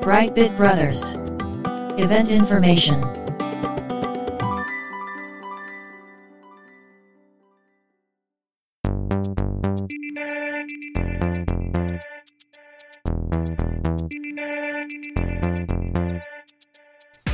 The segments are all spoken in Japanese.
Brightbit Brothers. Event information.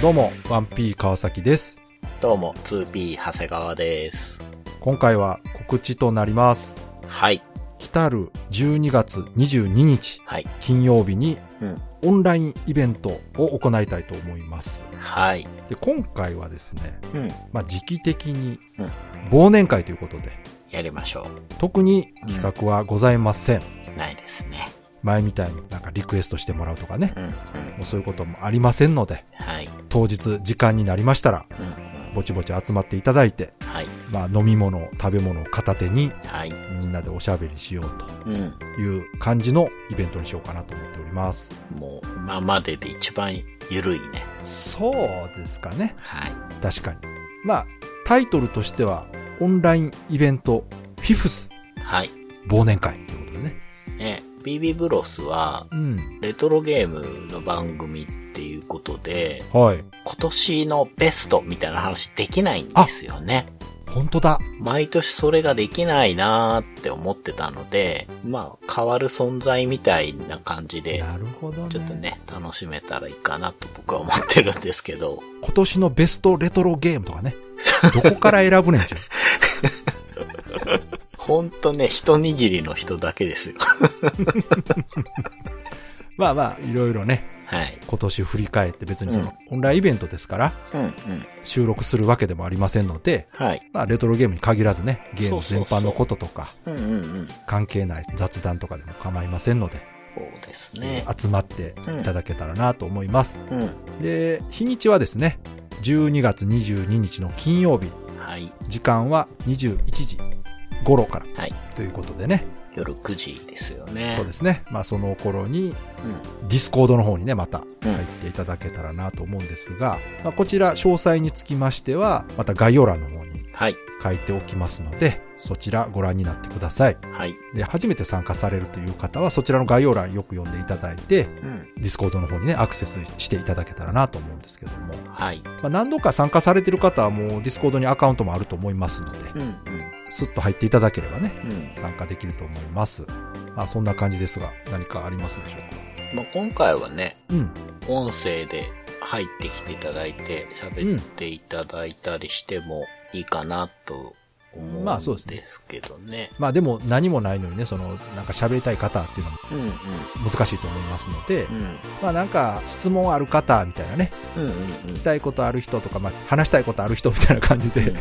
どうも、ワンピー川崎です。どうも、2P 長谷川です。今回は告知となります。はい。来る12月22日、はい。金曜日にうん、オンラインイベントを行いたいと思います。はい。で、今回はですね、うん。まあ、時期的にうん忘年会ということで、やりましょ特に企画はございません。う。ないですね。前みたいになんかリクエストしてもらうとかね、うん。うん。もうそういうこともありませんので、はい。当日時間になりましたら、うん。うん。ぼちぼち集まっていただいて、はい。まあ、飲み物、食べ物を片手に、はい。みんなでおしゃべりしようと。うん。いう感じのイベントにしようかなと思っております。もう、今までで一番ゆるいね。そうですかね。はい。確かに。まあ、タイトルとしては、オンラインイベント、フィフスはい。忘年会ということでね。ね、BB ブロスは、うん。レトロゲームの番組っていうことで、はい。今年のベストみたいな話できないんですよね。本当だ。毎年それができないなーって思ってたので、まあ、変わる存在みたいな感じで、なるほどね。ちょっと。ね、楽しめたらいいかなと僕は思ってるんですけど、今年のベストレトロゲームとかね。どこから選ぶねんちゃう。ほんとね、一握りの人だけですよ。 まあまあ、いろいろね、はい。今年振り返って別にそのうん、オンラインイベントですから、うんうん。収録するわけでもありませんので、はい。まあ、レトロゲームに限らずね、ゲームそ全うそうそう般のこととか、うんうんうん。そ関係ない雑談とかでも構いませんので、うですね。集まっていただけたらなと思います。うん。で、日にちはですね、12月22日の金曜日、はい。時間は21時頃からはい。ということでね、夜9時ですよね。。そうですすね、まあその頃にうん。ディスコードの方にね、またうん入っていただけたらなと思うんですが、まあ、こちら詳細につきましては、また概要欄の方にはい。書いておきますので、そちらご覧になってください。はい。で、初めて参加されるという方は、そちらの概要欄よく読んでいただいて、うん。ディスコードの方にね、アクセスしていただけたらなと思うんですけども、まはい。あ、何度か参加されてる方はもうディスコードにアカウントもあると思いますので、うんうん。スッと入っていただければね、うん。参加できると思います。まあそんな感じですが、何かありますでしょうかまあ、今回はね、うん。音声で入ってきていただいて、喋っていただいたりしてもいいかなと思うんまあそうですねですけどね。まあでも何もないのにね、その、なんか喋りたい方っていうのもうんうん。難しいと思いますので、うん。まあなんか質問ある方みたいなね、うんうんうん。聞きたいことある人とか、まあ話したいことある人みたいな感じで、うん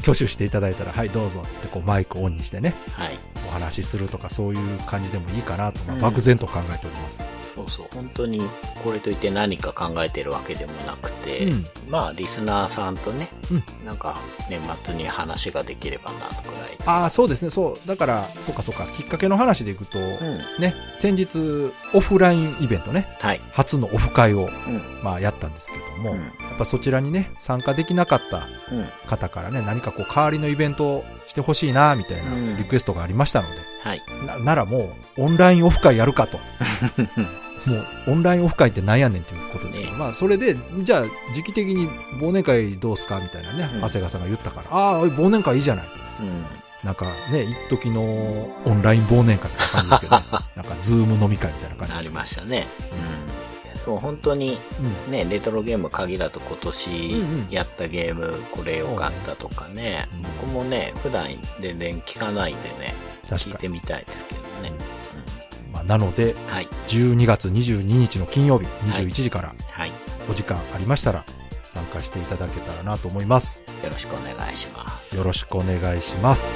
挙手していただいたら、はいどうぞっつってこうマイクオンにしてね、はい。お話しするとかそういう感じでもいいかなと、まあうん漠然と考えております。そうそう。本当に、これといって何か考えてるわけでもなくて、うんまあ、リスナーさんとね、うなんか、年末に話ができればな、くらああ、そうですね。そう。だから、そうかそうか。きっかけの話でいくと、い。うん。ね、先日、オフラインイベントね、はい。初のオフ会を、うん。まあ、やったんですけども、うんやっぱそちらにね、参加できなかったうん。方からね、何かこう、代わりのイベントをしてほしいな、みたいうんなリクエストがありましたので、はい。なならもう、オンラインオフ会やる かと。もう、オンラインオフ会ってなんやねんということですけど、ねまあ、それで、じゃあ、時期的に忘年会どうすかみたいなね、うん長谷川さんが言ったから、ああ、忘年会いいじゃない。うん。なんかね、一時のオンライン忘年会みたいな感じですけ ど、ね、なんかズーム飲み会みたいな感じあでりすましたね。うん。いやそう、本当に、ね、レトロゲーム限らず今年うんうんやったゲームこれ良かったとかね、うん僕もね、普段全然聞かないんでね、確聞いかてみたいですけどね。に。まあ、なので、うんはい、 12月22日の金曜日い21時からはい、よお時間ありましたら参加していただけたらなと思います。ろしくお願いします。よろしくお願いします。